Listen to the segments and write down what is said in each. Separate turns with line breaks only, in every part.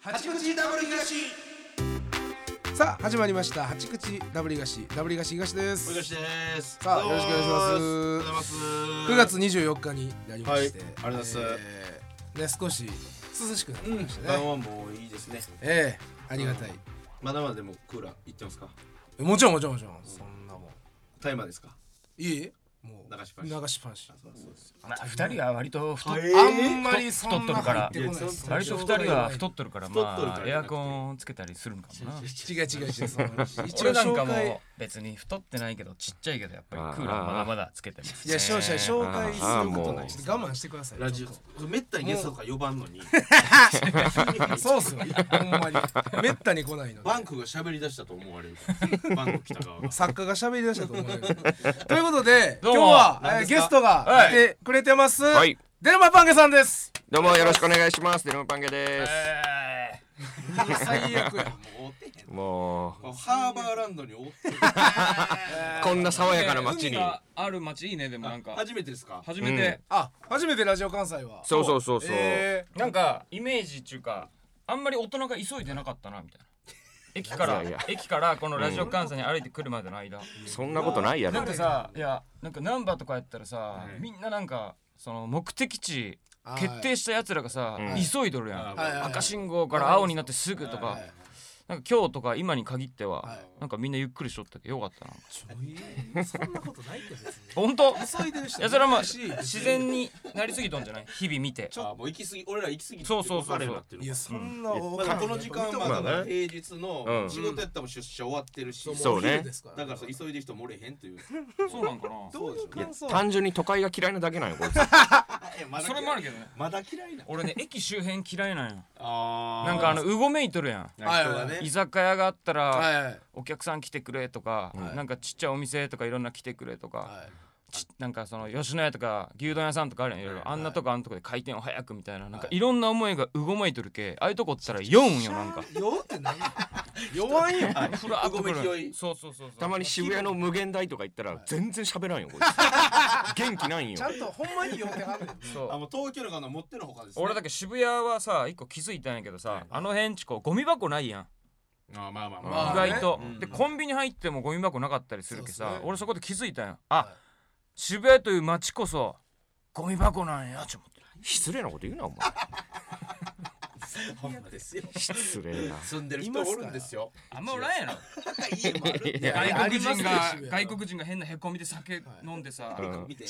八口ダブル東さあ始まりました八口ダブル東ダブル東東です
お願いしです。
さあよろしくお願いします
どうもおはようございます。
9月24日になりまして、
はいありがとうございます
えーね少し涼しくなってきましたね、
晩はもういいですね。
ええありがたい、
まだまだでもクーラーいってますか。
もちろんもちろんもちろんそんなもん
タイマーですか。
いいもう
流しっぱなし
流しっぱなし
そうです。
まあ、2人は割と太っ,、
はい
あんまりそんな
太っとるから
入ってこないです
割と2人は太っとるから
太っとる
ま
から
あエアコンつけたりするんかもな
違う違う違うその 一応
俺なんか
紹介
も別に太ってないけどちっちゃいけどやっぱりクーラーまだまだつけてます
いや勝者紹介することない
あ
ちょっと我慢してください
ラジ
ちょっと
オ。めったにゲストとか呼ばんのに、
そうっすよほん まにめったに来ないので
バンクが喋り出したと思われる。 バンク北側が。
作家が喋り出したと思うよということで
ど
今
う
日
も
はえ
何
ー
ですか
ゲストが来てくれてます、
はい
デルマパンゲさんです
どうもよろしくお願いします。デルムパンゲです。
え
最悪や
もうおてへん
も
こうハーバーランドにおってへん。
うこんな爽
ー
やかな街
海。
に
がある街いいねでもなんか
初めてですか。
初めて、
あ初めてラジオ関西は
そうそうそうそう。
え
なんかイメージっていうかあんまり大人が急いでなかったなみたいな駅から
いやいや
駅からこのラジオ関西に歩いてくるまでの間、
そんなことないや
な
ろ
ん。かさいやなんかナンバーとかやったらさ、
い
みんななんかその目的地
ー
決定したやつらがさ、
うん
急いどるやん、
はい
はいはい
赤信号から青になってすぐとか、
はい
なんか今日とか今に限っては、
はい
なんかみんなゆっくりしとったけどよかったな
ちょいそんなことないって別に
本当い
急いでる人
やそれはまあ
し
自然になりすぎとんじゃない日々見て
あもう行き過ぎ。俺ら行き過ぎて。
そうそうそうそう
お金になってる
いやそんな
まあこの時間は
まあ
だ
ね
から平日の
うん
仕事やったらもう出社終わってるし、
そうね
だからそう急いでる人もおれへん という。
そうなんかな
どういう
いや
感想
単純に都会が嫌いなだけなんよこいつ。
えまだ
それもあるけどね
まだ嫌いな。
俺ね駅周辺嫌いなんよ
あー
なんかあのうごめいとるやん
はいはいはい
居酒屋があったら
はいはい
お客さん来てくれとか、
はい
なんかちっちゃいお店とかいろんな来てくれとか、
はい
ちなんかその吉野家とか牛丼屋さんとかあるやんいろいろ
はい
あんなとこあんなとこで回転を早くみたいななん
は
か
い
いろんな思いがうごめいとるけああいうとこおったら酔うんよなんか
弱って何だ弱いよ
ふらっとく
うごめい勢
る
い
そうそうそうそう
たまに渋谷の無限大とか行ったら全然喋らんよこいつ。元気ないんよ
ちゃ。んとほんまに酔ってはんねん
そう
あもう東京の方の持ってるほかです、ね。
俺だけ渋谷はさ一個気づいたんやけどさあの辺ちこうゴミ箱ないやん
あまあまあま
あ
意
ーね
外と
うん
でコンビニ入ってもゴミ箱なかったりするけ
そうっ
さ
すね
俺そこで気づいたんや
はい
あ渋谷という街こそゴミ箱なんやちょっと思って
失礼なこと言うなお前。
ほんまですよ。
失礼な。
住んでる人おるんですよ。
あんまおらんやろ
家もあるん
いや
いやあ
外国人
ります
が
よ渋谷
外国人が変なへこみで酒飲んで さ
うん
見て。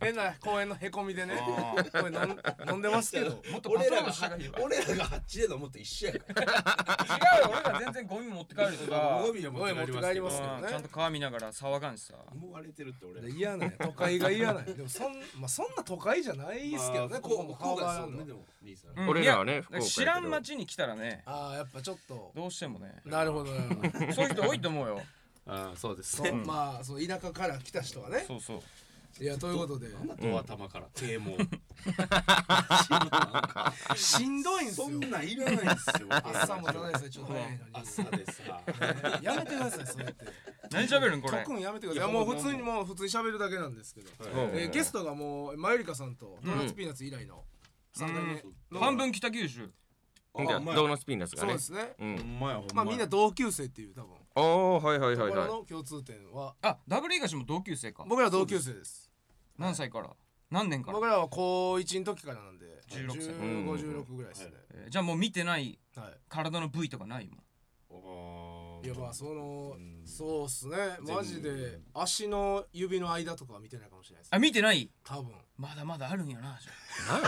変な公園のへこみでね
あ
これ飲ん飲んでますけど
もっとパ
俺
ト
ら
ロー
が
ルしたがいいわ
俺らがあっちで飲むと一緒やから。
違うよ俺ら全然ゴミ持って帰るとか
ゴミは持って帰
ゴミ
り
持って帰りま
ますす
け
け
ど
ど。
ね
うんちゃんと川見ながら騒がんしさ
もう割れてるって俺ら。
嫌なんや都会が嫌なんやでもそん,、まあ、そんな都会じゃないっすけどね、
まあ
ここも顔
こうが
があ
そう
る
ねで
の
も兄さん。
うん
俺らはね
いや
福岡やけど
知らん町に来たらね
ああやっぱちょっと
どうしてもね
なるほどなるほど
そういう人多いと思うよ
あそうです
そう
ね。
まあそう田舎から来た人はね
そうそう
いやということで
ドア玉から堤防。
しんどいんすよ
そんなんいらないんですよ。
朝もただでさえちょっと早いのに
朝でさ。
やめてくださいそうやって
何喋るんこれ
特にやめてください
い
い
や
やもう普通にもう普通に喋るだけなんですけど、
い
えーゲストがもうマユリカさんとドーナツピーナッツ以来の3回目、
うん
半分北九州
ほんで
あうまい
ドーナツピーナッツが
そう
ね
で。すね
う
ほ
ん。
んまやほん
ま
ま
あ
や。
みんな同級生っていう多分
ああはいはいはい
僕ら
は
の共通点は
あダブル東も同級生か
僕ら同級生です
何歳から何年から
僕らは高1の時からなんで
16歳
1516ぐらいですね、
えーじゃあもう見てない
は
体の部位とかないもん
お
い、いや
ー
まあその
うん
そうっすねマジで足の指の間とかは見てないかもしれないです
あ見てない
多分
まだまだあるんやなじゃ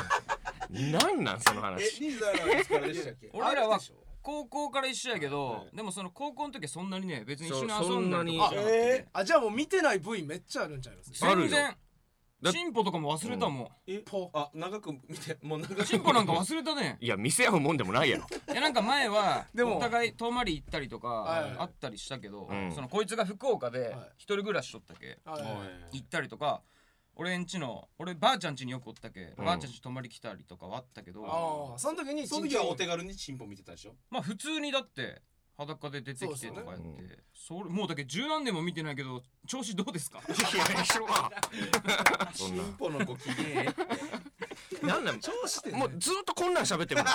あ
い。なんなんなんその
え
話。
兄さんはいつからでしたっけ？
俺ら
ある
は
でしょ
高校から一緒やけどでもその高校の時はそんなにね別に一緒に遊んだりと
そう
そ
か
んなに
じゃなくてね
あじゃあもう見てない部位めっちゃあるんちゃいます
ある
全
よ
然
だ
チンポとかも忘れたもん
え
ポ
あ長く見てもう長く
チンポなんか忘れ たね
いや見せ合うもんでもないやろ。
いやなんか前は
でも
お互い遠回り行ったりと
はい
かあったりしたけど、
うん
そのこいつが福岡
は
で
い
一人暮らししとったけ、
あ
おい
行ったりとか俺んちの俺ばあちゃん家によくおったけ、
うん
ばあちゃん家泊まり来たりとかはあったけど
あーその時に
その時はお手軽にチンポ見てたでしょ
まあ普通にだって裸で出てきてとかやってそ,、
そうですよね
れもうだけ十何年も見てないけど調 子どうですか
いやしろ
チンポのご機嫌
なんなん
調子でね
もうずっとこんなん喋ってるの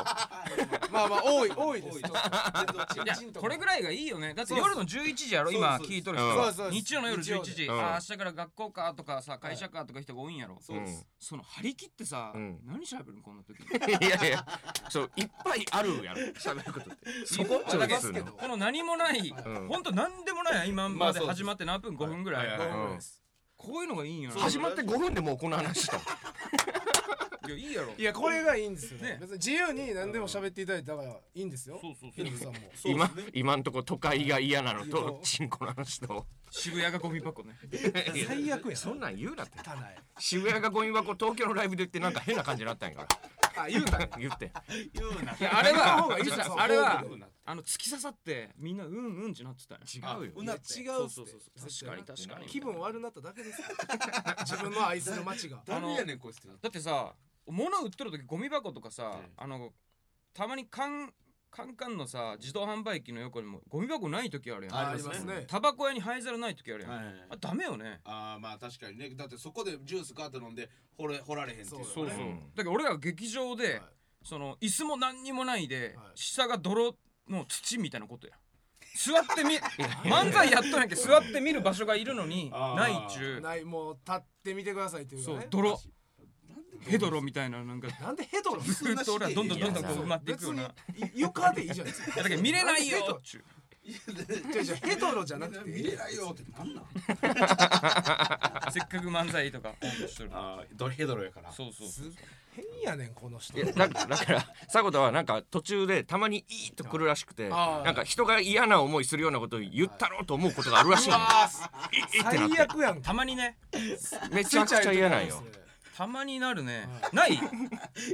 まあまあ多い多いで
多
す
いちょっと
い
全
や
然違う
これぐらいがいいよねだって
そうそう
夜の11時やろ
そう
今
そう
聞いとる人
そう
は
そう
日曜の夜11時
日
曜うん
あー明日から学校かとかさ会社かとか人が多いんやろ
そうです
その張り切ってさ
うん
何しゃべるんこんな時
いやいやそういっぱいあるやろ喋るこ とってそこ
あ
ちょ
だ
い
け
すんの
この何もない
うん
ほんと何でもない今
ま
ま
あ
で
そうです
始まって何分5分ぐら
はいいはい
多いです
こういうのがいいんや
そ
な
う
始まって5分でもうこの話した
いやいいやろ
いやこれがいいんですよね
ね
別に自由に何でも喋っていただいたからいいんですよ
そうそうそ
ヒ
う
ルズさんも
そうで
今
すね
今んとこ都会が嫌なの
いい
と
よ
チンコの話と
渋谷がゴミ箱ね
最悪や
そんなん言うなって
たない
渋谷がゴミ箱東京のライブで言ってなんか変な感じになったんやから
あ言うたね
言って
言うない
やあれ
やめた方
は
がいい
ちょっ
そ
と
う
あれは
そうな
あの突き刺さってみんなうんうんってなってたよ
違うよ
う
いや
な
違う
っ
って
そ
て
うそうそうそう確かに確かに
気分悪なっただけですよ自分の愛する街が
誰やねんこいつってなって
だってさ物売ってる時ゴミ箱とかさ、
うん
あのたまにカンカンカンのさ自動販売機の横にもゴミ箱ない時あるやん
あ
あ
り
り
ま
ますす
ね
ね
タバコ屋に灰皿ない時あるやん、
はい
あダメよね
ああまあ確かにねだってそこでジュースガーッと飲んで掘れ掘られへんっていうのはね
そうそう
だけど俺らが劇場で、
はい
その椅子も何にもないで、
はい
下が泥の土みたいなことや座ってみ漫才やっとんやんけど座って見る場所がいるのに
あー
ないっちゅ
ないもう立ってみてくださいっていうう
そ
か
う
ね
泥
なんで
ヘドロみたいななんか
なんでヘドロ
ず っと俺らどんどんどんどんこう埋まっていく
別
よう
に
ない
床でいいじゃないですか
やだけど見れないよっちゅう
じゃじゃヘドロじゃなくて
見れないよってなんなん
せっかく漫才とかコントしとる
ああヘドロやから
そうそう
す変やねんこの人
いやだだから迫田はなんか途中でたまにいいと来るらしくて
あー
なんか人が嫌な思いするようなことを言ったろうと思うことがあるらしいのいいいってなっ
最悪やん
たまにね
てめちゃくちゃ嫌なんよ
たまになるね、ない
い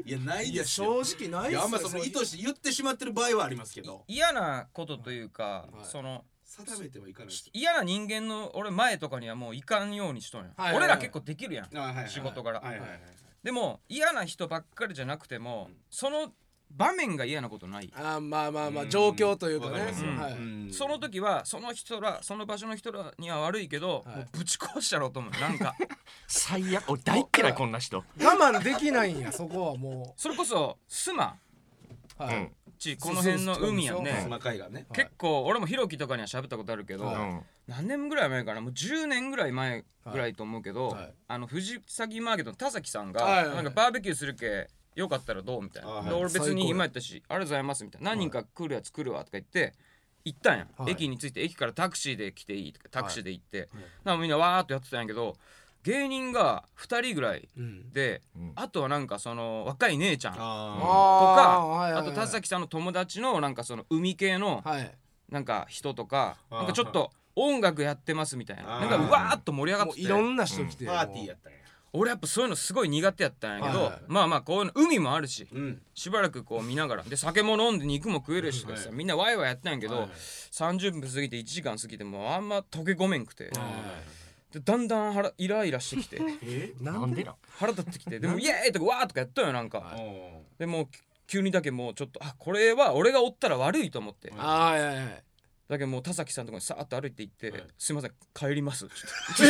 やない
い
で
や
す
正
よ
直ない
い
っ
やあ
す
んまその意図して言ってしまってる場合はありますけど
嫌なことというか、
はい
その
定めてはいかないです
嫌な人間の俺前とかにはもう行かんようにしとんや、
はいはいはい
俺ら結構できるやん
あはいはい
仕事柄
はいはいはい
でも嫌な人ばっかりじゃなくても、その場面が嫌なことない、
あーまあまあまあ状況というかね
わりますよ
うん
はい
うん
その時はその人らその場所の人らには悪いけど、
はい
もうぶち壊しちゃろうと思うなん か
最悪俺大っ嫌いこんな人
我慢できないんやそこはも
それこそ須磨
う
う
はい
ん
ちこの辺の海やん
そうそう
ね
そう
細かいがね
はい
結構俺もヒロキとかには喋ったことあるけど、
は
う
い
ん
何年ぐらい前かなもう10年ぐらい前ぐらいと思うけど、
はいはい
あの藤崎マーケットの田崎さんが、
はいはい
なんかバーベキューするけよかったらどうみたいな、
あはい
で俺別
最高
に今やったし「ありがとうございます」みたいな「何人か来るやつ来るわ」とか言って行ったんや、
はい
駅に着いて駅からタクシーで来ていいとかタクシーで行って、
はい
なんかみんなわーっとやってたんやけど芸人が2人ぐらい
うん
で、
うん
あとはなんかその若い姉ちゃんとか
あ
あー
あと田崎さんの友達のなんかその海系の、
はい
なんか人とか
あー
なんかちょっと音楽やってますみたいな
あー
なんかうわーっと盛り上が
も
っ
う
て
い
て
ろんな人来て
パーティーやったんや
俺やっぱそういうのすごい苦手やったんやけ
はい
ど
はい
まあまあこういうの海もあるし
うん
しばらくこう見ながらで酒も飲んで肉も食えるしとか
は
さ
い
みんなワイワイやってたんやけ
はい
ど
はい
30分過ぎて1時間過ぎてもうあんま溶け込めんくてでだんだん腹イライラしてきて
え
なんでなん
腹立ってきてでもイエーイとかわーとかやったんよなん
あ
か
ー
でもう急にだけもうちょっとあこれは俺がおったら悪いと思って
ああいやいや
だけどもう田崎さんのとこにさーっと歩いて行って、
はい
すいません帰りますって 言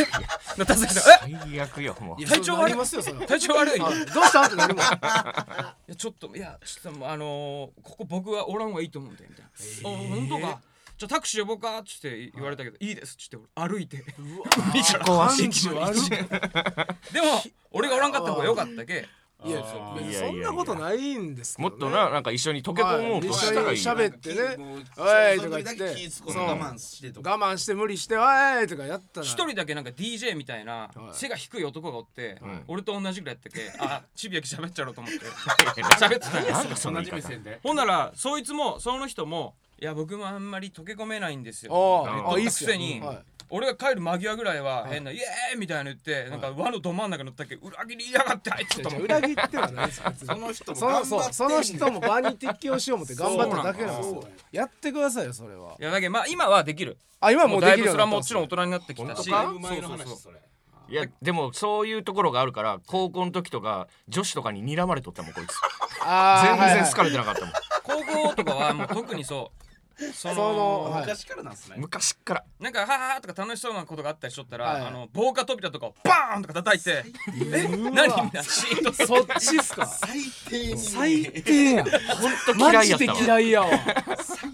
って田崎さん
最悪よもう
いや
体調悪い
そうなりますよそれは
え体調悪い
はいいどうしたってなるもん
やちょっといやちょっともうあのーここ僕はおらん方がいいと思うんだよみたいな「あ本当かじゃあタクシー呼ぼうか」っつって言われたけど「い、いです」っつって俺歩 いて
感じ悪い
でも俺がおらんかった方が良かったけ
いや
あー
別にそんなことないんですけ
も
ど
っ
ね
とななんか一緒に溶け込もうとしたらいい
は
よ
い喋ってね
もう
おい
その
と
時だ
か言っ
け
て
気ぃつこう我慢してとか
我慢して無理して「わーい!」とかやったら
一人だけなんか DJ みたい
は
な
い
背が低い男がおって、
ん
俺と同じぐらいやったけ あちびやき喋っちゃろうと思って喋ってたんや
なんかその
同
言い
じ
方
目線で
ほんならそいつもその人も「いや僕もあんまり溶け込めないんですよ」
おー
言っ
あいい
た
っ
く
すよ
せに、
はい
俺が帰る間際ぐらいは変な「イエーイ!」みたいなの言ってなんか輪のど真ん中に乗ったっけ裏切りやがってあいつと思って
裏切ってはないです別に
その人も
その
頑張
そ
って
うその人も場に適応しよう思って頑張っただけなんですよ
そうなんだ
やってくださいよそれはい
やだけどまあ今はできる
あ今はも
も
う
う
で
だ
き
いぶ
るよう
そ
にな
れ
った
はもうちろん大人になってきた
本
し
当
だい
か
ぶ前の
そうそ
話
うそう
それ
いやでもそういうところがあるから高校の時とか女子とかに睨まれとったもんこいつ
あー
全
はい
然
はい
好かれてなかったもん
高校とかはもう特にそそ
その
はい
昔からなんですね
昔っから
なんか「はーはーとか楽しそうなことがあったりしとったら、
はい
あの防火扉とかをバーンとか叩いて「え何みんなシーンとする
そっちっすか
最低に
最低やん
本当
マ
嫌い
ジ
やっ
で
たわ
嫌いやわ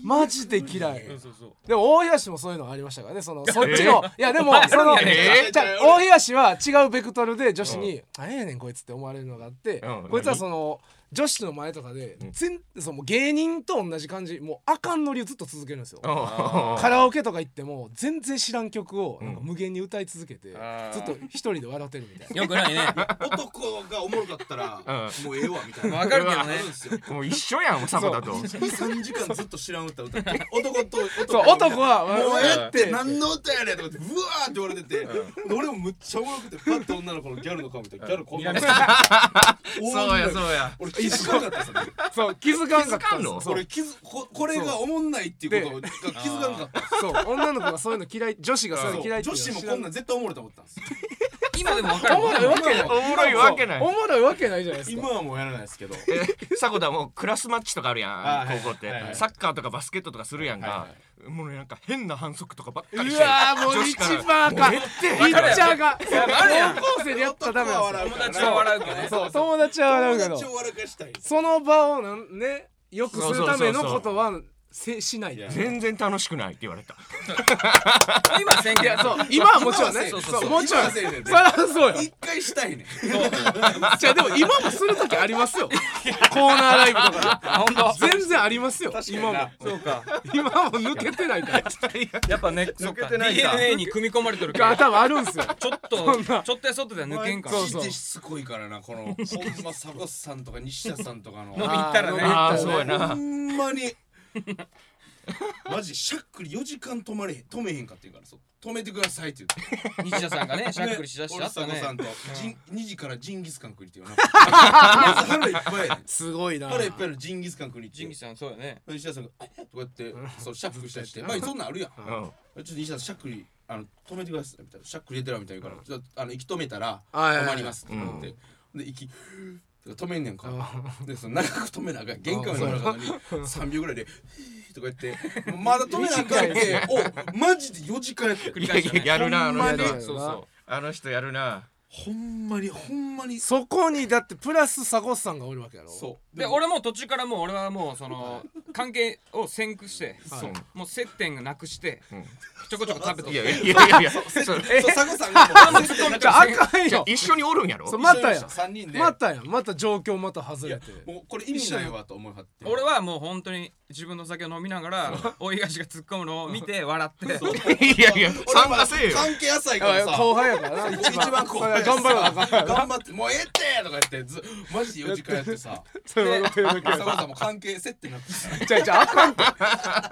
マジで嫌い
そうそうそう
でも大東もそういうのがありましたからねそのそっちの、いやでもその、
え
ー
じゃあ大東は違うベクトルで女子に「何やねんこいつ」って思われるのがあって、
うん
こいつはその女子の前とかで
うん
全、その芸人と同じ感じもうあかんノリをずっと続けるんですよ。
うん
カラオケとか行っても全然知らん曲をなんか
うん
無限に歌い続けて、
あー
ずっと一人で笑ってるみたいな。
よくないね
男がおもろかったら
う
もうええわみたいな
わかるけどね
あるんですよ
もう一緒やんサボだと
23時間ずっと知らん歌歌って男と
そう
男と
男は
もう
笑
ええ
っ
ってて何の歌やねんとかってうわーって言われてて俺もむっちゃおもろくてパッと女の子のギャルの顔見てギャルこんなの
そうやそうや
俺気づかなかったさ
そう気づかんかっ
気づか
た
んの
そう
俺気づここれがおもんないっていうことが気づかなかった
そう女の子がそういうの嫌い女子がそういうの嫌いっていう
女
のは
子も
知ら
こんなん絶対おもろいと思ったんですよ
今でも分か
お
る
もろいわけない
おもろいわけない
おもろいわけないじゃないですか
今はもうやらないですけど
え サコダもうクラスマッチとかあるや
あは
ん
い
高校って
はいはい
サッカーとかバスケットとかするやん
は
かもうなんか変な反則とかばっかりし
う
て
わーもう
女
一
子から
番あかん
もう
ピ
え
ッチャーが高校生でやったらダメ
男は
なん
笑
で
うか
友
ら
達は笑うけどね
すよそう友達は笑うけ
友達
ど
を笑かしたい
その場をなんねよくするためのことはせしない
いや
い
全然楽しくないって言われた
今はせんけど
やそう今はもちろんね
今は
そ
せい
う
そう
もちろん
今はせいね
そりゃそうよ
一回したいね
じゃあでも今もする時ありますよコーナーライブとか
あ本当
で全然ありますよ
確かに
今も
な
そうか
今も抜けてないから
やっぱねそっか
抜けてないか
DNA に組み込まれてるから
頭あるんすよ
ちょっ
そんな
とちょっとやそっとでは抜けんから
そう
マ
そう
ジでしつこいからなこのほんまサコスさんとか西田さんとかの
飲み行ったらね
あーそう
ほ
やなん
まにマジしゃっくり4時間止まれへん止めへんかって言うからそう止めてくださいって言って
西田さんがねしゃっくりしだしてあった
俺
ね
佐野さんと、ジン2時からジンギスカン食いっていうな腹いっぱいやねん
すごいな
腹いっぱいのジンギスカン食いに
ジ
行っ
ンギ
て
スさんそうやね
西田さんが「あっ」とかやってそうシャックしたりして「まあそんなんあるやん」ち
う
ょ
ん
っと西田さんしゃっくりあの止めてくださいみたいなしゃっくり入れてるみたいな言うからちょっとあの息止めたら
はいはい
止まりますって言ってで息止めんねんかでその長く止めなあかん玄関まで止めなあかんのに3秒ぐらいで 「とか言ってもうまだ止めなあかんっておマジで4時間やって
繰
い
り
や
返し
いや
やね
やるなあの
ほんま
人
に
そうそうあの人やるな
ほんまにほんまに
そこにだってプラスサコスさんがおるわけやろ
そう
で俺も途中からもう俺はもうその関係を先駆して
そう
もう接点がなくして
うん
ちょこちょこ食べとっ
いや
て
いやいやいやそう
そう佐久さんがもう
じゃああかんよ
一緒におるんやろ
そうまたやん
3人で
またやんまた状況また外
い
れ
や
て
もうこれ意味ないわと思いはって
俺はもう本当に自分の酒を飲みながら大東が突っ込むのを見て笑って
いやいや参加せえよ
関係浅いから
あ
さ
後輩やからな
一番こう
それは頑張ろうあかん
頑張ってもうええってとか言ってずマジで4時間やって さ
それは分かってるだけ
佐久さんも関係接点なくして
やちゃいちゃいあかんと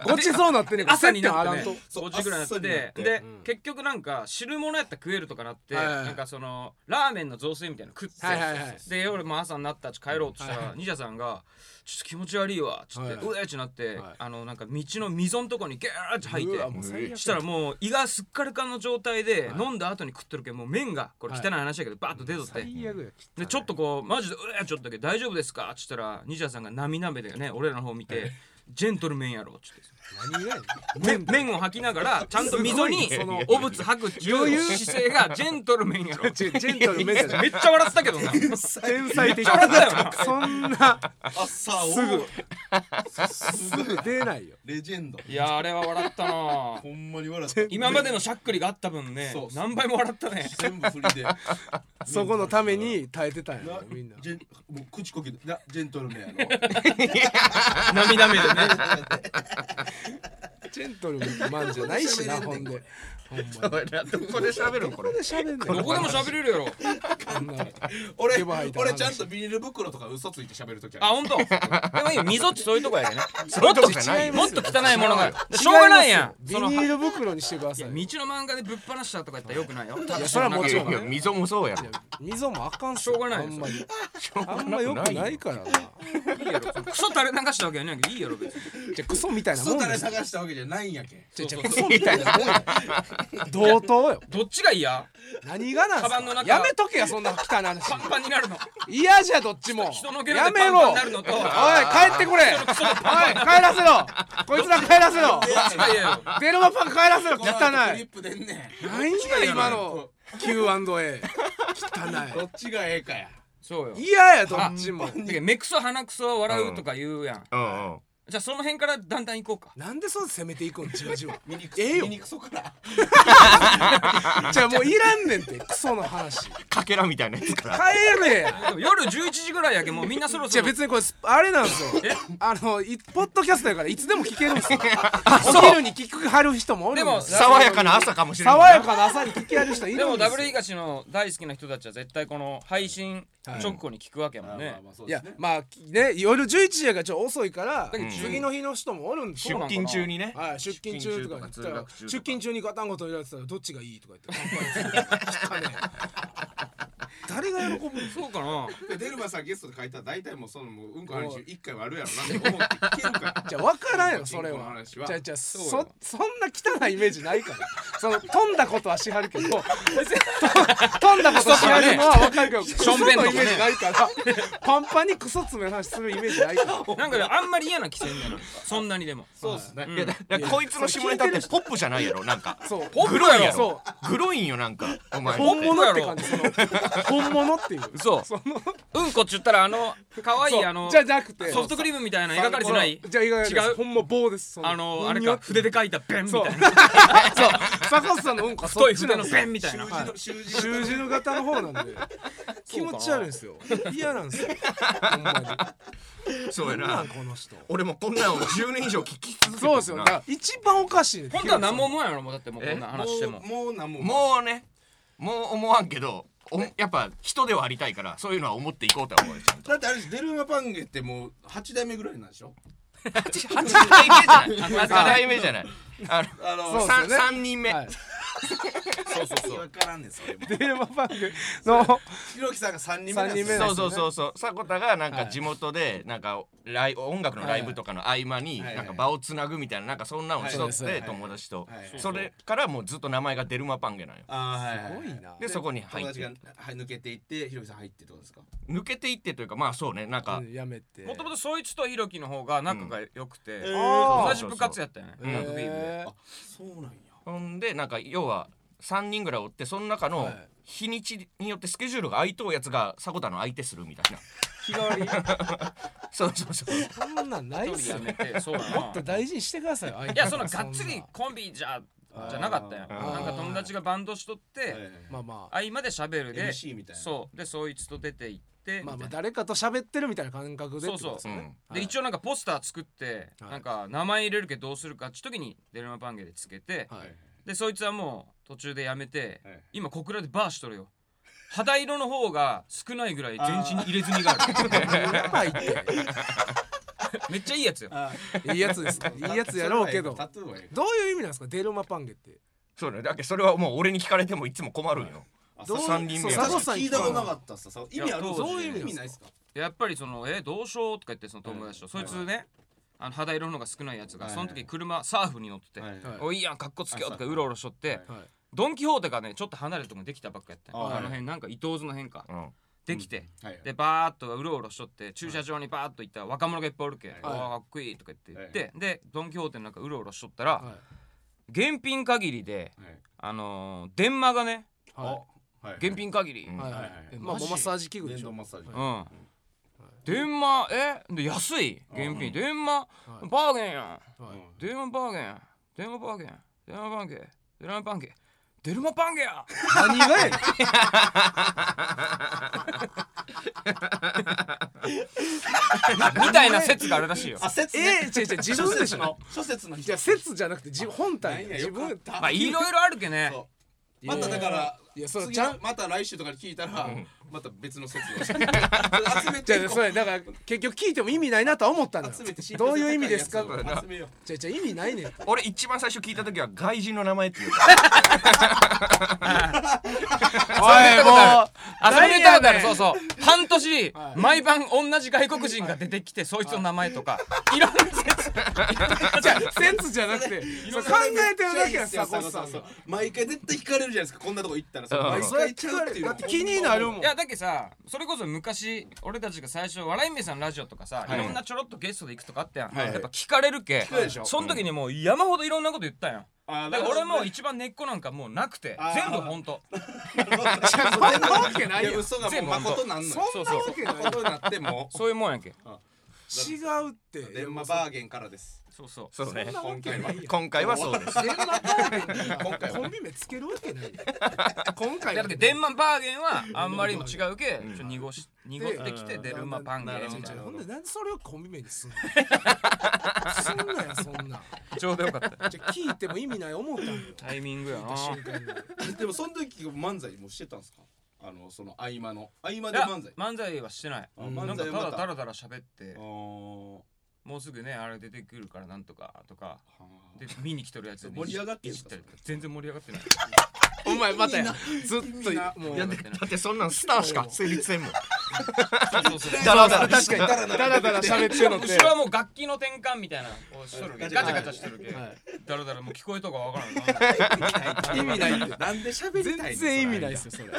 ごちそうなってんねんから
朝に
接点
なって、
あらん
ね
と、
そう
5時ぐらいにな
朝
って
になって
で、
うん
結局なんか汁物やったら食えるとかなって、
はいはいはい
なんかそのラーメンの雑炊みたいなの食って、
はいはいはい
で夜も朝になったし帰ろうとしたら、
はいは
西田さんが「ちょっと気持ち悪いわ」っつって、
はいはいう
えっちなって、
はい
あのなんか道の溝のとこにギャーって入って
うわもう最悪や
したらもう胃がすっからかんの状態で、
はい
飲んだ後に食ってるけどもう麺がこれ汚い話やけどバーッと出とって。
最悪や
でちょっとこうマジで「うえちょっとだけ大丈夫ですか?」っつったら西田さんが涙目でね俺らの方見て「ジェントルメンやろ」っつって
何がやねん
め麺を吐きながらちゃんと溝に
すごいね
お仏吐くっていう姿勢がジェントルメンやろめっち
ジェジェントルメンじゃない
ゃ笑ってたけどな
天才
天才的そんな
朝を
すぐすぐ出ないよ
レジェンド
いやあれは笑ったな
ほんまに笑って
今までのしゃっくりがあった分ね
そう
何倍も笑っ たね
全部振りでな
そこのために耐えてたんやろみんな
ジェンもう口こけてなジェントルメンやろ
涙目でね
ジェントルマンじゃないし なほんでほんまに
おいなどこで喋るんこれ
喋んねん
どこでも喋れるやろ
こんな
俺
手羽入った話
俺ちゃんとビニール袋とか嘘ついて喋るとき
あ本当。でもいいよ溝ってそういうとこやでね
そうい
も
う
っ
と
と
こじゃないよ
もっと汚いものがある
違います
しょうがないやん
ビ
そ
ニ
のい
ー
や
ル袋にしてくださ
道の
い
漫画でぶっ放したとかやったらよくないよただ
それはもちろん
いやいや溝もそうやろ
溝もあかんっす
しょうがない
あ
よ
んまりあんまよくないからない
いやろクソ垂れ流したわけやねんけどいいやろ別に
じゃあクソみたいな
外
もん
垂
で
れ
す
流
よ
したわけじゃないんやけ
ちょちょ
そう
嘘みたいなもんや同等よ
どっちが嫌
何がなんす
カバンの
か
中
やめとけやそんな汚い話
パンパンになるの
嫌じゃどっちも
人のゲロ
や
でパ
め
ンパ
ろ
ン
お
に
い
なるのと
帰ってこれおい帰らせろこいつら帰らせろ
いやいや
ゼロのパン帰らせろ汚
どクリ
い
ップでんねん
何や今の Q&A
ど
汚
っちがええかや
そうよ
い嫌やどっちも
だけど目くそ鼻くそ笑うとか言うやん、
うんうん
じゃあその辺からだんだん行こうか
なんでそう攻めていくんじわじわ
見にく
ええよ
見にくそから
じゃあもういらんねんってクソの話帰
かけらみたいなやつから
れや
でも夜11時ぐらいやけもうみんなそろ
じゃあ
そろ
別にこれあれなんですよ
え
あのいポッドキャストやからいつでも聞けるんですよお昼に聞くはる人もおるん
でも
ですよ
爽やかな朝かもしれない
爽やかな朝に聞きはる人い
で
るん
も
です
ダブル
よ
東の大好きな人たちは絶対この配信直後に聞くわけやもんね、
まあそう
い
です
や
ね
まあきね夜11時やからちょっと遅いから
だけど
次の日の人もおるんです
出
よ
うなんかな
勤中にね
はい、出勤中とか言ってたら
出勤中とか通学中と
出
か
勤中にガタンゴトン入れられてたらどっちがいいとか言って乾杯する汚ね誰が喜ぶの
そうかな
でデルマさんゲストで書いたら大体もうそのもううんこの話一回はあるやろなって思って聞け るから
じゃあ分からん よそれ
この
は
話は
じゃあじゃあ
うよ
そそんな汚いイメージないから その飛んだことはしはるけど別 に飛飛んだことしはるのは分かるけどク
し
ソ
ょん
の
べ
イ
んとかね
メージないから パンパンにクソ詰めの話するイメージないから
なんかねあんまり嫌な気せんねんなんかそんなにでも
そうですね
いやだだからこいつの下ネタってポップじゃないやろなんか
そう
グロいや
そ
ろグロいんよなんかお前
う本
や
物っ
ろ
て感じ その本物っていう
そううんこっち言ったらあの可愛いあの
じゃなくて
ソフトクリームみたいな描かれてない
じゃあ意外
違
と
う
ほんま棒ですそ
あのあれ
人
か
形
筆で描いたペンみた
そう
い
そう
な
坂本さんのうんこはそ
太
っ
い
ち
筆
なん
の
です
ペ
よ
ンみたいなはい
習字
習字の型の方なん で気持ち悪いんですよ嫌なんですよほんまに
そうや
な
なん
この人
俺もこんなんを10年以上聞き続けてるな
そうですよだから一番おかしいね
本当は何も思わんやろもうだってもうこんな話しても
もうもうなんも
もうねもう思わんけどおやっぱ人ではありたいからそういうのは思っていこうとは 思うよちゃんと
だってあれですデルマパンゲってもう八代目ぐらいなんでしょ
8代目じゃない8 代目じゃないあの
あ
そう
の
ですよね
3, 三人目、
はい
そうそうそう分からんねんそれも
テーマパークの
ひろきさんが三人目なん
三人目
よ
そうそうそうそう迫田がなん
は
か
い
地元でなんかライ音楽のライブとかの合間に
はいはい
なんか場をつなぐみたいななんかそんなのをしとっ
はい
て友達と
はいはい
それからもうずっと名前がデルマパンゲなんよ
あー
す
は
ご
い
い
はい
な
でそこに入
友
っ
達が
て
はい抜けていってひろきさん入ってってことですか
抜けていってというかまあそうねなんか
うんやめて
もともとそいつとひろきの方が仲が良くて、
あー
同じ部活やったよね、
うん
ラグビー部で
へー
そうなんや
ほんでなんか要は3人ぐらいおってその中
は
の
い
日にちによってスケジュールが空いとうやつが迫田の相手するみたいな
日替わり
そうそうそう
そんなんないっ
一
すよ
人や
も
めてそうやな
っと大事にしてください相手
いやそのがっつりコンビじゃじゃなかったよ
あ
ー
なんか友達がバンドしとって
まあまあ
合間で喋るで
MC みたいな
そうでそいつと出て行って
まあまあ
みたい
誰かと喋ってるみたいな感覚でってことです
う
よね
ん
なで一応なんかポスター作って
はい
なんか名前入れるけどどうするかって時にデルマパンゲでつけて
はい
でそいつはもう途中でやめて
はい
今小倉でバーしとるよ肌色の方が少ないぐらい全身に入れ墨があ る
やばいって
めっちゃいいやつよ
あ
いいやつです。いいやつやろうけど。
タトゥーはええか
どういう意味なんですか、デルマパンゲって。
そうねだけどそれはもう俺に聞かれてもいつも困るんよ
あ
どう
三人目や
そう佐藤さん
聞いたことなかったっすさ意味ある
い
ど
やど
う
う
いう意
意
味
味な
な
いい
っ
っす
すか
やっぱりその「えどうしよう」とか言ってその友達とそいつねあの肌色の方が少ないやつが
はい
その時車サーフに乗ってて
はい
はい
「おいいいやんかっこつけよ」とかうろうろしとって
はい
ドン・キホーテがねちょっと離れたとこにできたばっかやったんよ
はい
あの辺なんか伊東津の辺か
うん
できて
はい
でバーっとうろうろしとって駐車場にバーっと行ったら若者がいっぱいおるけ
はい
「おーかっこいい」とか言って言ってでドン・キホーテの中うろうろしとったら
は
現品限りで
はい
あのー電話がね
い。は
あはい
現品限り
うん
い。はい
は
はい
はい
い。まあ、
マジ
マッサージ器具で
電
しょ
動。マッサージ
うん、電話えで安い現品電話
はい
バーゲンやん
はい
デルマバーゲンデルマバーゲンデルマバーゲンデルマバーゲンデルマバーゲンや
何がやねん。
みたいな説があるらしいよ
あ説
えー、違う違う、自分でしょ。
諸説の
いや、説じゃなくて、自分本体。
なんや
自分。
まあいろいろあるけね
そうまただから
いや、それ
次
ちゃ
の
ん。
また来週とかに聞いたらまた別の説 をして 集め
じ
て
ゃあそれだから結局聞いても意味ないなとは思ったのよ
集めて信
ど
憑
うい
性高
う
い
意味ですか
やつを集めよう
じゃあじゃあ意味ないねん
俺一番最初聞いた時は外人の名前って言うから
いもう
あそれで
なんや
だか
ね
ら
ん
そうそう半年
はい
毎晩同じ外国人が出てきてそいつの名前とかいろんな説
じゃあセンスじゃなくてそう考えてるだけやさゴッ
そうそ
さ
うんそ
さ
う毎回絶対引かれるじゃないですかこんなとこ行ったらさ
うん
毎回ちゃうっていう
だって
気になるもん
いやだけさそれこそ昔俺たちが最初笑い飯さんのラジオとかさ、
はい
い、ろんなちょろっとゲストで行くとかあったやん、
はい
やっぱ聞かれるけ
聞かれるでしょ
その時にもう山ほどいろんなこと言ったやん
あー
だから俺も
なる
一番根っこなんかもうなくて
あー
全部本
ほ
当
ど
そんなわけない
いや
よ
嘘がもう
全部
誠なんのよ
そうそう
けなことになっても
そういうもんやんけ
違うって
う電話バーゲンからです
そうそう
そうね
そんなわけないやん
今回はそう です
電話バ
今
ーゲ
回
ン
は
コンビ名つけるわけないやん
今
い
回
や
は
だってデンマバーゲンはあんまりにも違うけ、ちょっと濁し濁ってきて
うん
デルマバンゲンみたい
ほ
なん
でなんでそれをコンビ名にすんのすんなよそんな
ちょうどよかった
じゃあ聞いても意味ない思ったんよ
タイミングやな
瞬間 に
でもその時漫才もしてたんですかあのその合間の合間
い
で
や
漫才
漫才はしてない
あ
うんなん
漫
か
才
た
はまた
だたらたら喋って
あー
もうすぐねあれ出てくるからなんとかとか
はー
で見に来てるやつに
盛り上がってん
い
す
じっ
か
たりとか全然盛り上がってない
お前またやずっと
なもう
いやだってそんなんスターしか成立せんもん
そうそうそう
だらだら
確かにダラダラ喋ってるのって
後ろはもう楽器の転換みたいなこうしとる
ガ
けガチ
チ
ャ
ャ
ガ
ガチャ
チャしてるけ
はい
だらだらもう聞こえとかわからん
意味ないって
なんで喋りたいの
全然意味ないですよそれ
で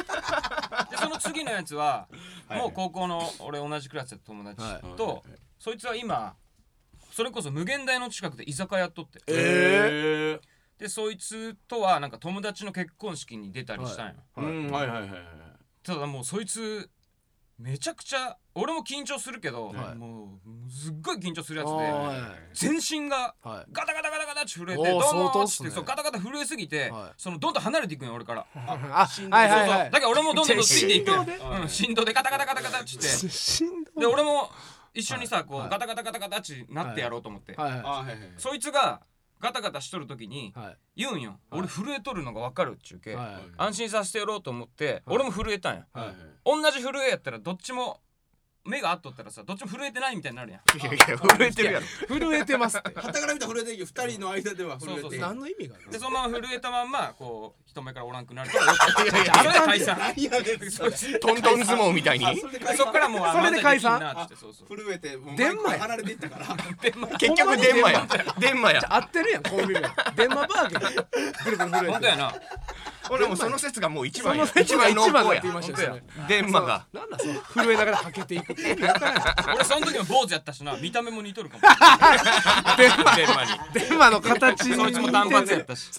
その次のやつは
はい
もう高校の俺同じクラスの友達
はい
はいは
とそいつは今それこそ無限大の近くで居酒屋やっとって
ええ
でそいつとはなんか友達の結婚式に出たりしたんよ
うんはいはいはいはい
ただもうそいつめちゃくちゃ俺も緊張するけど
はい
もうすっごい緊張するやつで
は
全身が
いはい
ガタガタガタガタって震えて
おー
どうも
相当
ー
っ
っつ
す
っ
ね
てそうガタガタ震えすぎて
はい
そのどんどん離れていくんよ俺から
あはいはいは
だ
い
から俺もどんどんどんどんついていく
振動
よ
で
うん振動でガタガタガタガタっつって
しんど
で俺も一緒にさこ
は
う
い
ガタガタガタガタってなってやろうと思って
はい
あ
は
はいはいはい
そいつがガタガタしとる時に
いはい
言うんよ
はい
俺震えとるのが分かるっちゅうけ
はい
安心させてやろうと思って俺も震えたんや
はいはい
同じ震えやったらどっちも目が合っとったらさどっちも震えてないみたいになるやん
いやいや震えてるやろ
震えてますって
旗から見たら震えてるけど二人の間では震え
そう
て
そう
る
そう
何の意味がある
でそのまま震えたまんまこう人目からおらんくなるからあれで解散
何やねんそれ
トントン相撲みたいに
あそれで解
そっ
散
からもうあ
それで解散
漫才きんなっつってそうそう
震えてもう
デンマイ
マイクから離れていったから
結局デンマやデンマや
合ってるやんコンビ名電話バーゲンぐるぐる震えて
本当
る
やな
俺もその説がもう一番や
その
一番濃
一番だ
厚
って言いま
や
したよね
デンマが
なんだその震えながらはけていくって意味わからんない
俺その時も坊主やったしな見た目も似とるかも
デンマ に
電話の形に
そいつも短
似
髪
て
やっ
る
たし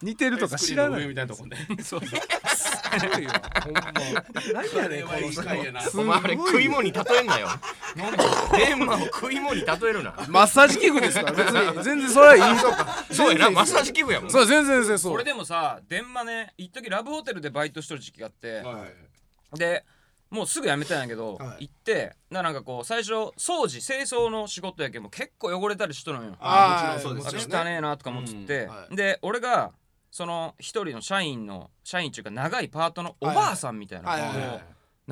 似てるとか知らない
みたいなとこで
すごいよほんま何やねんこの人
回やな
お前あれ食い物に例えんなよデンマを食い物に例えるな
マッサージ器具ですから別に全然それはいいとか
そうやなマッサージ器具やもん
そう全然全然そ
こ
う
れでもさ電マね一時ラブホテルでバイトしとる時期があってでもうすぐ辞めたんやけど、
はい
行ってななんかこう最初掃除清掃の仕事やけんもう結構汚れたりしとるんよ
あ
あ
あもちろん
ー
そうですよ
汚
ね
ねえなとかもっつって、
うんはい
で俺がその一人の社員の社員っていうか長いパートのおばあさんみたいな、
はいはいはいはい
もう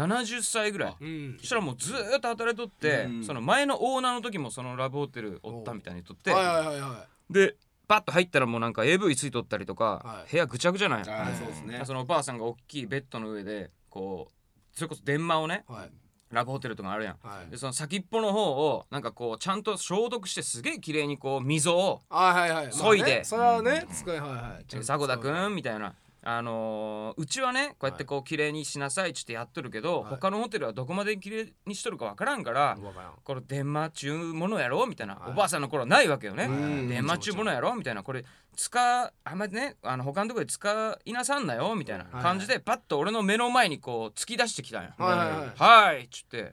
70歳ぐらい、
うん
そしたらもうずーっと働いとって、
うん
その前のオーナーの時もそのラブホテルおったみたいに言っとって、
はいはいはいは
でパッと入ったらもうなんか AV ついとったりとか、
はい
部屋ぐちゃぐちゃなんや、
ああそうですね
そのおばあさんが大きいベッドの上でこうそれこそ電話をね
いはい
ラブホテルとかあるやん
はい
でその先っぽの方をなんかこうちゃんと消毒してすげえ綺麗にこう溝を
あはいはいはい
削いで
まあねそれはねすごいはいはい
「迫田君」みたいな。あのーうちはねこうやってこう綺麗にしなさいっつってやっとるけど、
はい
他のホテルはどこまで綺麗にしとるかわからんから、
わからん
これ電話中ものやろみたいな、
はい
おばあさんの頃はないわけよね
ん
電話中ものやろみたいなこれ使あんまりねあの他のとこで使いなさんなよみたいな感じでパッと俺の目の前にこう突き出してきたんや「
はいはいはい
はい」っつって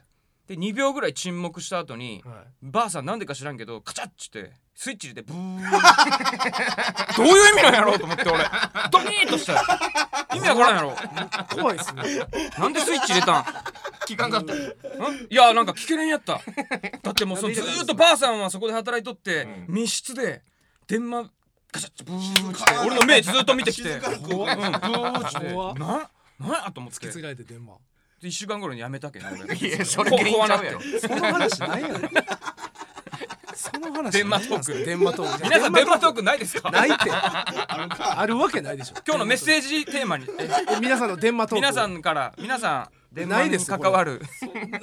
で2秒ぐらい沈黙した後に
はい
ばあさんなんでか知らんけどカチャッつってスイッチ入れてブー どういう意味なんやろうと思って俺ドキーッとしたよ意味わからんやろ
怖いですね
なんでスイッチ入れたん
聞かん かった
んいやなんか聞けれんやっただってもうそのずーっとばあさんはそこで働いとって、密室で電話ガシャッてブーッつって俺の目ずーっと見てきて
静かにこう
うんブーッつって
怖っ
ななんやと思って
引き継がれて電話
一週間頃に辞めたけど俺
いやそれ原因ちゃうやろ
こ
その話ないやろ。その話
電話
何
ト
なん
ー
すか
ク
電話と
皆さん電話トークないですか
ないって。
あのか
あるわけないでしょ。
今日のメッセージテーマにえ
え皆さんの電話トーク。
皆さんから皆さん電
な
話
いで
に
すよ
関わる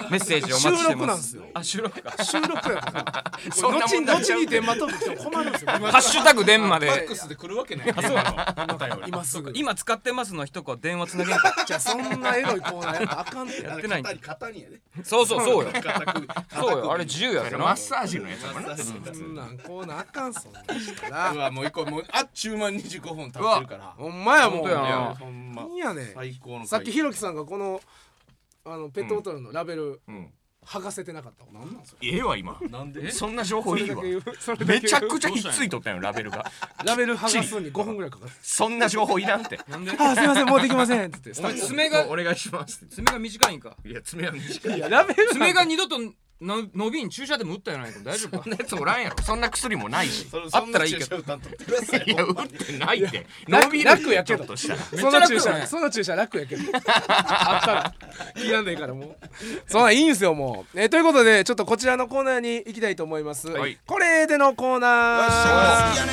メッセージをお待ちし
収
てます
録なんですよ
あ収録か
収録やから。
そんな
後
も
に
んだ
後に電話トークしても困るんですよ。
ハッシュタグ電話
ファッ
で
クスで来るわけないやん
今すぐ。
今使ってますの一個電話つなげんか
じゃあそんなエロいコーナーやったらあかんって。
やってないんだ
肩に肩にやで
そうそうそうよ
肩首肩首
そうよあれ自由やで
マ
な
ッサージのやつだからな
そんなんコーナーあかんそんなんした
う
ら。
わもう一個もうあっちゅう間に25分経ってるから
ほんまやもう
本当。や
い
な
やほんま
いいやねん。
最高の回
さっきひろきさんがこのあのペットボトルのラベル
うん
剥がせてなかった。
なんなんそ
ええわ今
れなんで
そんな情
そ
報い
れ
い
だ
わ
け言う。それだけ言
め
う
ちゃくちゃひっついとったよラベルが
ラベル剥がすのに5分ぐらいかかる。
そんな情報いらんって
なんで
あすいませんもうできませんって言ってスタッフ
爪が
お願いします
爪が短いんか
いや爪は短い
いやラベル
爪が二度との伸びん注射でも打ったやないか大丈夫か
そ んなやつおらんやろそんな薬もないし
それ
あったらいいけ
そん
ど
な注射歌っとってください
いや打ってないって
楽
伸びるって
楽やけど
ちょっとしたら
めっち
そ
ゃ
の
楽
注
やね
射その注射楽や けどあったら気なんでいいからもうそんなんいいんすよもうえということでちょっとこちらのコーナーに行きたいと思います、
はい
これでのコーナー
好きやね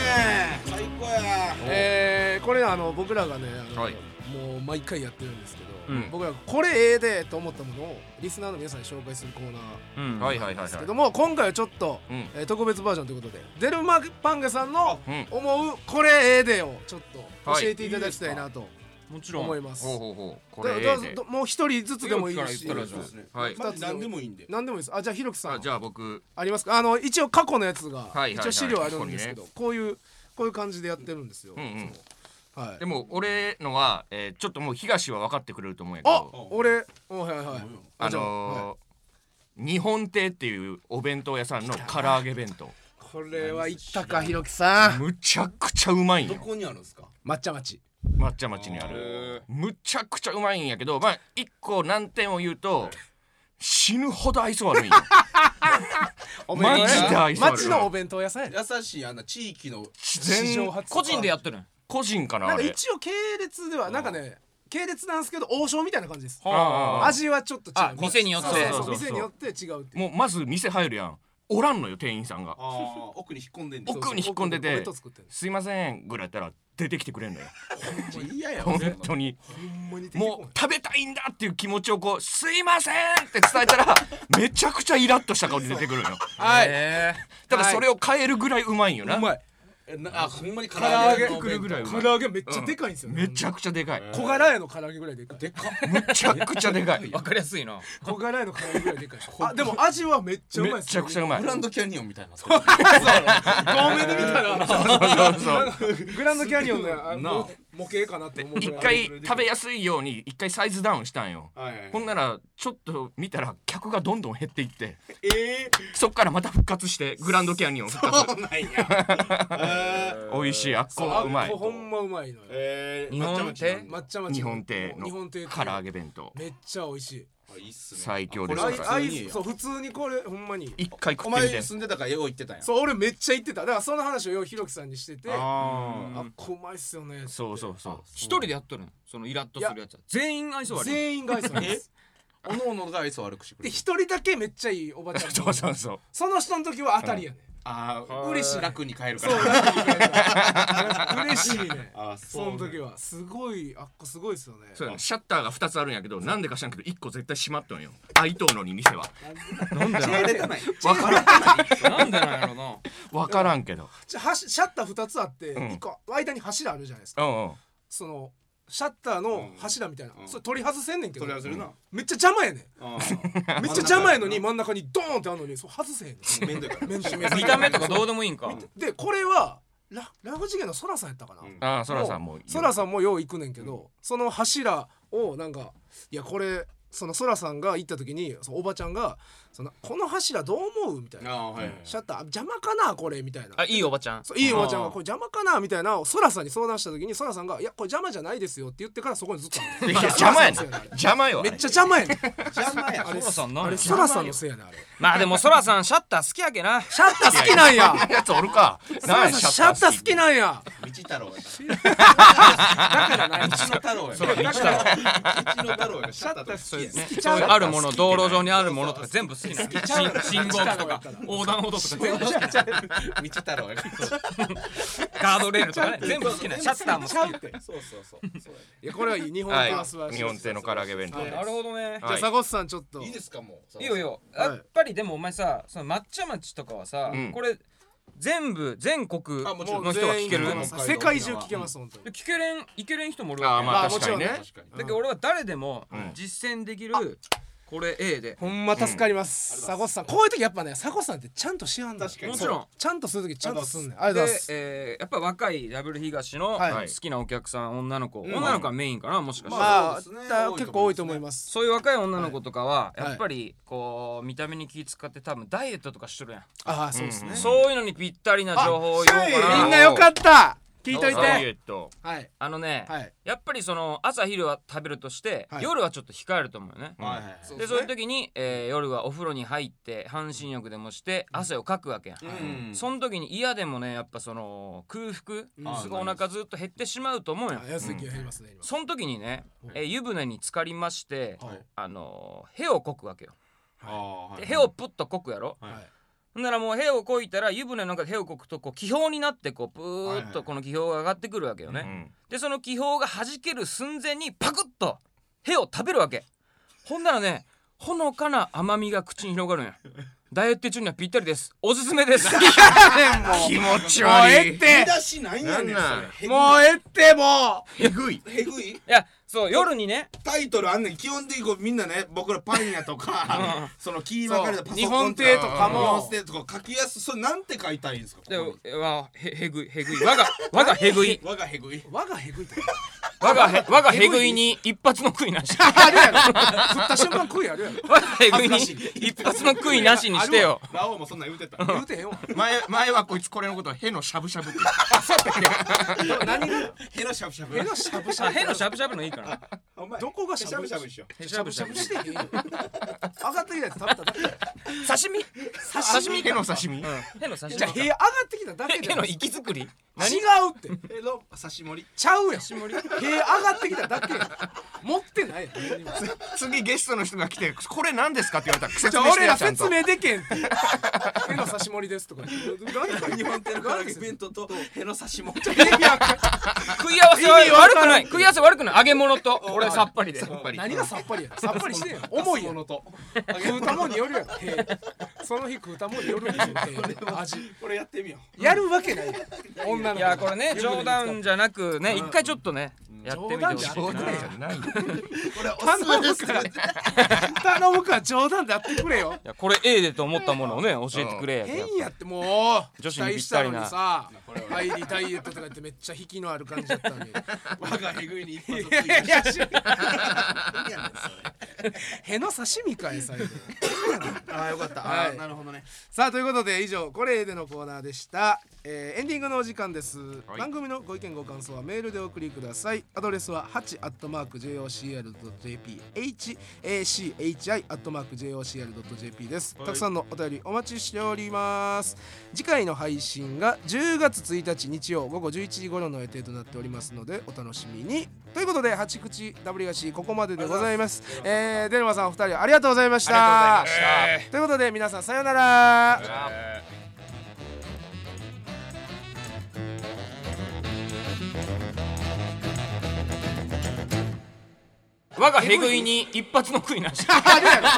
最高や
えーこれあの僕らがねあの、
はい
もう毎回やってるんですけど、
うん
僕らがこれええでと思ったものをリスナーの皆さんに紹介するコーナー
うん
はいはいはい
で
はい
すけども、今回はちょっと、
うん
えー特別バージョンということでデルマパンゲさんの
うん
思うこれええでをちょっと
はい
教えていただきたいなと
もちろ
思い
ん
ます、
ほうほうほうこ
だ
れ
だ
A で
どもう一人ずつでもいいですし
ひろきから言った
そう
ら
ですね
はい
まあ何でもいいんで
何でもいいですあじゃあひろきさ
あ
ん
じゃあ僕
ありますかあの一応過去のやつが、
はいはい
一応資料あるんですけどこ,、ういうこういう感じでやってるんですよ、
うんうん
そうはい
でも俺のはえーちょっともう東は分かってくれると思うんやけ
あ
ど
俺おはいはいはい
あ
じゃあはい
のー日本亭っていうお弁当屋さんの唐揚げ弁当
これはいったかひろきさん
むちゃくちゃうまいん
ど
よ
こにあるんですか
抹茶町
抹茶町にあるむちゃくちゃうまいんやけどまあ一個難点を言うと死ぬほど愛 想悪いんよ
お
マジで愛想悪い
町のお弁当屋さんやね
優しいあんな地域の
史上
全
初
個人でやってるん
個人かな
な
あ
んか
れ
一応系列ではなんかね系列なんですけど王将みたいな感じです
ああああ
味はちょっと違
あ
う
店によって
そうそうそう
そうそうそ
店
う
によって違うっていう
もうまず店入るやんおらんのよ店員さんが
あー奥に引っ込んでんね
奥に引っ込んでて
お弁当作ってん
「
の
すいません」ぐらいやったら出てきてくれ んのよ
もう嫌やわ
本当に
ほんまに出てこ
も
ないう
食べたいんだっていう気持ちをこう「すいません」って伝え たらめちゃくちゃイラッとした顔で出てくるのよ
はい
へ
ただそれを変えるぐらいうまいんよな
うまい
えなあほんまに唐揚げ
唐揚
の
げ
お
くるぐ
弁
らいうま
唐
い
揚げめっちゃでかいんですよ
めちゃくちゃでかい
小柄屋の唐揚げぐらいでかい
でかっ
むちゃくちゃ でかい
えわかりやすいな
小柄屋の唐揚げぐらいで かいあでも味はめっちゃうまい
め
です
ちゃくちゃうまい
グランドキャニオンみたいな
遠目で見たら
そうそう
グランドキャニオンのあ
な
模模型かなって思う
一
ぐらい
回食べやすいように一回サイズダウンしたんよほんならちょっと見たら客がどんどん減っていって
え
そっからまた復活してグランドキャニオン復活
そうなんやえ
美味しいあっこ
あ
うまい
これほんまうまいのよ
え
日本亭
抹茶町
日本亭
日
の
本亭
唐揚げ弁当
めっちゃ美味しい
いいっすね
最強です
これ
か
普
ら
通
アイ
にいい
ス
や
そう普通にこれほんまに
一回食
お
ってみ
前
て
住んでたからよう行ってたんや
そう俺めっちゃ言ってただからその話をようひろきさんにしててあ
あ
っこうまいっすよね
ーそうそうそう
一人でやっとるんそのイラッとするやつは全員愛想悪い
全員が愛想なんです
おのおのが愛想悪くしてく
で
れる
一人だけめっちゃいいおばちゃん
そうそうそう
その人の時は当たりやね
ああ
嬉しい
楽に帰るか
そうな
ら
んかね嬉しいね
あ
その時はすごいあっこすごいですよね
そうやねシャッターが2つあるんやけどなんでか知らんけど1個絶対閉まっとんよ開いとんのに店は
なんでなんや
れてない
わからん
なんでなんやろな
わからんけど
じゃはしシャッター2つあって
ん
1個間に柱あるじゃないですか
うんうん
そのシャッターの柱みたいな
うん
それ取り外せんねんけ
そ
ど
れはするな
めっちゃ邪魔やねん
め
めっちゃ邪魔やのに真ん中にドーンってあるのにそう外せへんねん
めんどいから
面倒くさい
見た目とかどうでもいいんか
でこれはララフ次元のソラさんやったかな、
うん
ああそらさんもう
ソラさんもよう行くねんけど、その柱をなんかいやこれそのソラさんが行った時にそのおばちゃんがその「この柱どう思う?」みたい
あ
な
あはいはい
「シャッターあ邪魔かなこれ」みたいな
あいいおばちゃん
そういいおばちゃんが「これ邪魔かな?」みたいなソラさんに相談した時にソラさんが「いやこれ邪魔じゃないですよ」って言ってからそこにずっとある
いや邪魔やね
そうそうそう
邪魔よあ
め
れ
っちゃ邪魔やねん
邪魔や
ソラさんなん
あ
や
れソラさんのせいやねんあれ
まあでもソラさんシャッター好きやけな
シャッター好きなんや
そんなやつおるか
ソラさんシャッター好き
ん
なんや
道太郎や
だからな
道の太郎や道の太郎やシャッター
そそういうね
好きちゃ
そうういうあるもの道路上にあるものとか全部好きなの
ちゃうよ
信信号機とか横断歩道とか全部好き
道太郎やから
ガードレールとかね全部好きなのシャッターも好き
好きって
そうそうそうそう
いやこれはいい日本
はい
の素晴らしい
日本製の唐揚げ弁当
はい
で
なるほどね
じゃあ
はい
佐越さんちょっと
やいいですかもう
いいよいいよ
はい
やっぱりでもお前さその抹茶町とかはさ
うん
これ全部全国
あもちろん
の人は聞ける
全員聞けます世界中聞けます本当に
聞けれんいけれん人もおる
あ
わ
あ
け
ま
ま
あ
あ
確かにね
確かに
だけど俺は誰でも
うん
実践できるこれ A で
ほんま助かります佐越さんこういう時やっぱね佐越さんってちゃんとしはんだ
確かに
もちろん
ちゃんとする時ちゃんとすんねんありがとうござい
で
ま、す
えーやっぱ若いダブル東の
はい
好きなお客さん女の子女の子がメインかなもしかしたら
まあ
そうですね
だ結構多いと思います
そういう若い女の子とか
は
は
い
やっぱりこう見た目に気使って多分ダイエットとかしとるやん
ああそうですね
そういうのにぴったりな情報を言おう
あ
か
みん
な
なよかった聞いといて
ダイエット
はい
あのね
はい
やっぱりその朝昼は食べるとして
はい
夜はちょっと控えると思うよね
はいはい
でそういう時にえー夜はお風呂に入って半身浴でもして汗をかくわけやん
うん
その時に嫌でもねやっぱその空腹
うん
すぐお腹ずっと減ってしまうと思うよ
あ安い気が減りますね今
その時にね、えー湯船に浸かりまして、
はい
あのー、へをこくわけよ。
あ
で、へをプッとこくやろ。
はい
はい
ほんならもうへをこいたら湯船の中でへをこくとこう気泡になってこうプ
はいは
ーッ
い
とこの気泡が上がってくるわけよね。
うん
でその気泡が弾ける寸前にパクッとへを食べるわけ。ほんならねほのかな甘みが口に広がるんや。ダイエット中にはぴったりです。おすすめです。
気持ち
もうえ
悪
え
い
って
出しないんやねん
なんなん
それ
もうええっても
えぐい
へぐい
いやそう夜にね
タイトルあんねん基本的にこうみんなね僕らパン屋 とかそのキー分かれたパソコン
日本亭とか
日本
も
亭とか書きやすそれなんて書いたらいいんですかこ
で
こに
わへへぐいへぐい我が我がへぐい
我が へぐい
我がへぐいって
我がへ我がへぐいに一発の悔いなし。
あるやろ振った瞬間食いやるやろ
我がへぐいに
恥ずかし
一発の悔いなしにしてよ。
あるわラオウもそんなん言うてた
言うてへんわ
前前はこいつこれのことをへのしゃぶしゃぶって
何が
ヘラしゃぶしゃぶ
へ のしゃぶしゃ
あ、
ぶ
へのしゃぶしゃぶのいいから。
お前
どこがし
し
ゃ
ゃ
ぶし
ぶし
ゃ
ゃ
ぶ
ぶしょ
しゃぶしゃぶしてへんよ上がってきたやつ食べただけ
刺身刺身
への刺身
への刺身
じゃあ部屋上がってきただけじ
へ
ゃな
の
い違
息作り
うって
えの刺し盛り
ちゃうやん部屋上がってきただけやん持ってないやん何にも
次ゲストの人が来てこれ何ですかって言われたら
じ
説
ゃあ
明して
俺
や
ら
ちゃんと
説明でけんってへの刺し盛りですとか日本
ヘラから弁当とヘラ刺し盛り
食い合わせは悪くない食い合わせ悪くない揚げ物と俺はさっぱりで
ぱり
何がさっぱりやんさっぱりしてん やん重いやん
のと
食うたもんによるやろ へその日食うたもんによるやろへ味
これやってみよ
やるわけないやん女の
い
子
やこれね冗談じゃなくね一回ちょっとねやってみてほしい
冗談
ない
じ
ない
れこれお
頼むから頼むから冗談でやってくれよ
やこれ A でと思ったものをね教えてくれやけど
変やってもう
女子にぴったりな
期待したのにさ入りダイエットとか言ってめっちゃ引きのある感じだったのにい
我がへぐいに一発
やいやいや し
いやね
への刺身かい最後
それああよかった
はい
あーなるほどね
さあということで以上「これで」のコーナーでした、えーエンディングのお時間です、
はい
番組のご意見ご感想はメールでお送りくださいアドレスは 8-jocr.jp hachi-jocr.jp です、たくさんのお便りお待ちしております次回の配信が10月1日日曜午後11時頃の予定となっておりますのでお楽しみにということで八口ダブリガシここまででございますえー、デルマさんお二人ありがとうございました
ありがとうございました
ということで皆さんさようなら
我がへぐいに一発の食いなし
あるやろ